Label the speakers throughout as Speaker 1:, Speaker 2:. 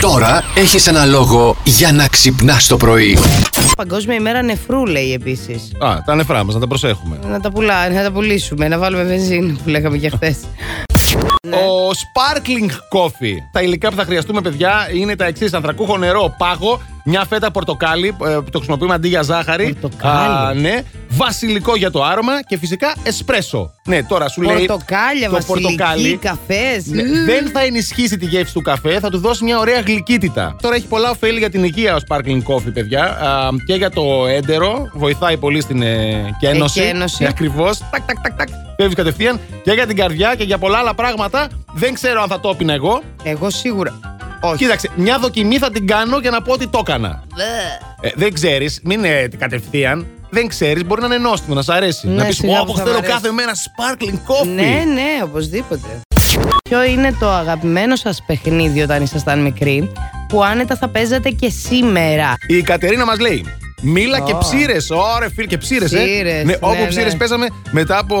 Speaker 1: Τώρα έχεις ένα λόγο για να ξυπνάς το πρωί.
Speaker 2: Παγκόσμια ημέρα νεφρού λέει επίσης.
Speaker 3: Α, τα νεφρά μας, να τα προσέχουμε.
Speaker 2: Να τα πουλά, να τα πουλήσουμε, να βάλουμε βενζίνη που λέγαμε και χθες. Ναι.
Speaker 3: Ο sparkling coffee. Τα υλικά που θα χρειαστούμε, παιδιά, είναι τα εξής: ανθρακούχο νερό, πάγο, μια φέτα πορτοκάλι ε, που το χρησιμοποιούμε αντί για ζάχαρη.
Speaker 2: Πορτοκάλι.
Speaker 3: ναι. Βασιλικό για το άρωμα και φυσικά εσπρέσο. Ναι, τώρα σου λέει.
Speaker 2: Πορτοκάλια,
Speaker 3: το
Speaker 2: βασιλική, καφές.
Speaker 3: Ναι, δεν θα ενισχύσει τη γεύση του καφέ, θα του δώσει μια ωραία γλυκύτητα. Τώρα έχει πολλά ωφέλη για την υγεία ο sparkling coffee, παιδιά. Α, και για το έντερο, βοηθάει πολύ στην ε, κένωση.
Speaker 2: Εκένωση.
Speaker 3: Ακριβώς. Τακ, τακ, τακ, τακ. Φεύγεις κατευθείαν. Και για την καρδιά και για πολλά άλλα πράγματα. Δεν ξέρω αν θα το έπινα εγώ.
Speaker 2: Εγώ σίγουρα. Όχι.
Speaker 3: Κοίταξε, μια δοκιμή θα την κάνω για να πω ότι το έκανα. Ε, δεν ξέρεις, μην είναι κατευθείαν. Δεν ξέρεις, μπορεί να είναι νόστιμο, να σ' αρέσει.
Speaker 2: Ναι,
Speaker 3: να πεις:
Speaker 2: σιγά που
Speaker 3: Όπω
Speaker 2: θα μ'
Speaker 3: θέλω
Speaker 2: αρέσει».
Speaker 3: κάθε μέρα sparkling coffee.
Speaker 2: Ναι, ναι, οπωσδήποτε. Ποιο είναι το αγαπημένο σας παιχνίδι όταν ήσασταν μικροί, που άνετα θα παίζατε και σήμερα.
Speaker 3: Η Κατερίνα μας λέει. Μίλα και
Speaker 2: Ω.
Speaker 3: ψήρες. Ωρε, φίλ και ψήρες.
Speaker 2: Ψήρες,
Speaker 3: ναι,
Speaker 2: ναι,
Speaker 3: όπου
Speaker 2: ναι.
Speaker 3: ψήρε πέσαμε μετά από,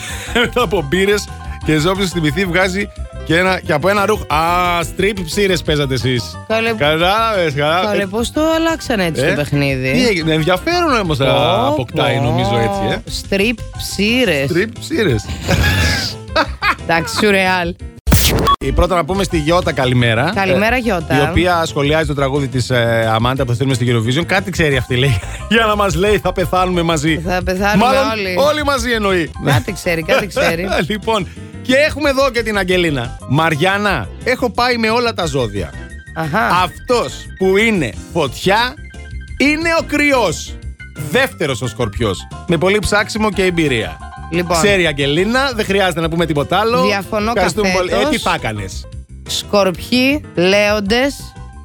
Speaker 3: μετά από μπύρες και ζόπιο στην πυθή βγάζει και, ένα, και από ένα ρούχο. Α, στριπ ψήρες παίζατε εσείς.
Speaker 2: Καλέ-
Speaker 3: ε, Κατάλαβε,
Speaker 2: Καλέ,
Speaker 3: καλά.
Speaker 2: πώ το αλλάξανε έτσι το παιχνίδι.
Speaker 3: ε, Τι έγινε, ενδιαφέρον όμως
Speaker 2: Πω,
Speaker 3: αποκτάει
Speaker 2: πω.
Speaker 3: νομίζω έτσι. Ε.
Speaker 2: Στριπ ψήρε.
Speaker 3: Στριπ ψήρες.
Speaker 2: Εντάξει, σουρεάλ.
Speaker 3: Ε, Πρώτα να πούμε στη Γιώτα καλημέρα.
Speaker 2: Καλημέρα,
Speaker 3: Ε,
Speaker 2: Γιώτα.
Speaker 3: Η οποία σχολιάζει το τραγούδι της Αμάντα που θα στείλουμε στην Eurovision. Κάτι ξέρει αυτή, λέει. Για να μας λέει, θα πεθάνουμε μαζί.
Speaker 2: Θα πεθάνουμε
Speaker 3: Μάλλον
Speaker 2: όλοι. Ναι.
Speaker 3: μαζί εννοεί.
Speaker 2: Κάτι ξέρει, κάτι ξέρει.
Speaker 3: λοιπόν, και έχουμε εδώ και την Αγγελίνα. Μαριάννα, έχω πάει με όλα τα ζώδια.
Speaker 2: Αχα.
Speaker 3: Αυτός που είναι φωτιά είναι ο κρυός. Δεύτερος ο σκορπιός. Με πολύ ψάξιμο και εμπειρία.
Speaker 2: Λοιπόν.
Speaker 3: Ξέρει η Αγγελίνα, δεν χρειάζεται να πούμε τίποτα άλλο.
Speaker 2: Διαφωνώ
Speaker 3: Ευχαριστούμε πολύ. Ε,
Speaker 2: καθέτος.
Speaker 3: τι θα έκανε.
Speaker 2: Σκορπιοί, λέοντες,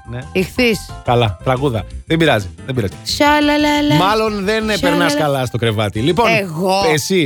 Speaker 3: Ναι.
Speaker 2: ηχθείς.
Speaker 3: Καλά, τραγούδα. Δεν πειράζει. Δεν πειράζει.
Speaker 2: Σαλαλαλα.
Speaker 3: Μάλλον δεν
Speaker 2: Σαλαλα.
Speaker 3: περνά καλά στο κρεβάτι. Λοιπόν,
Speaker 2: Εγώ.
Speaker 3: εσύ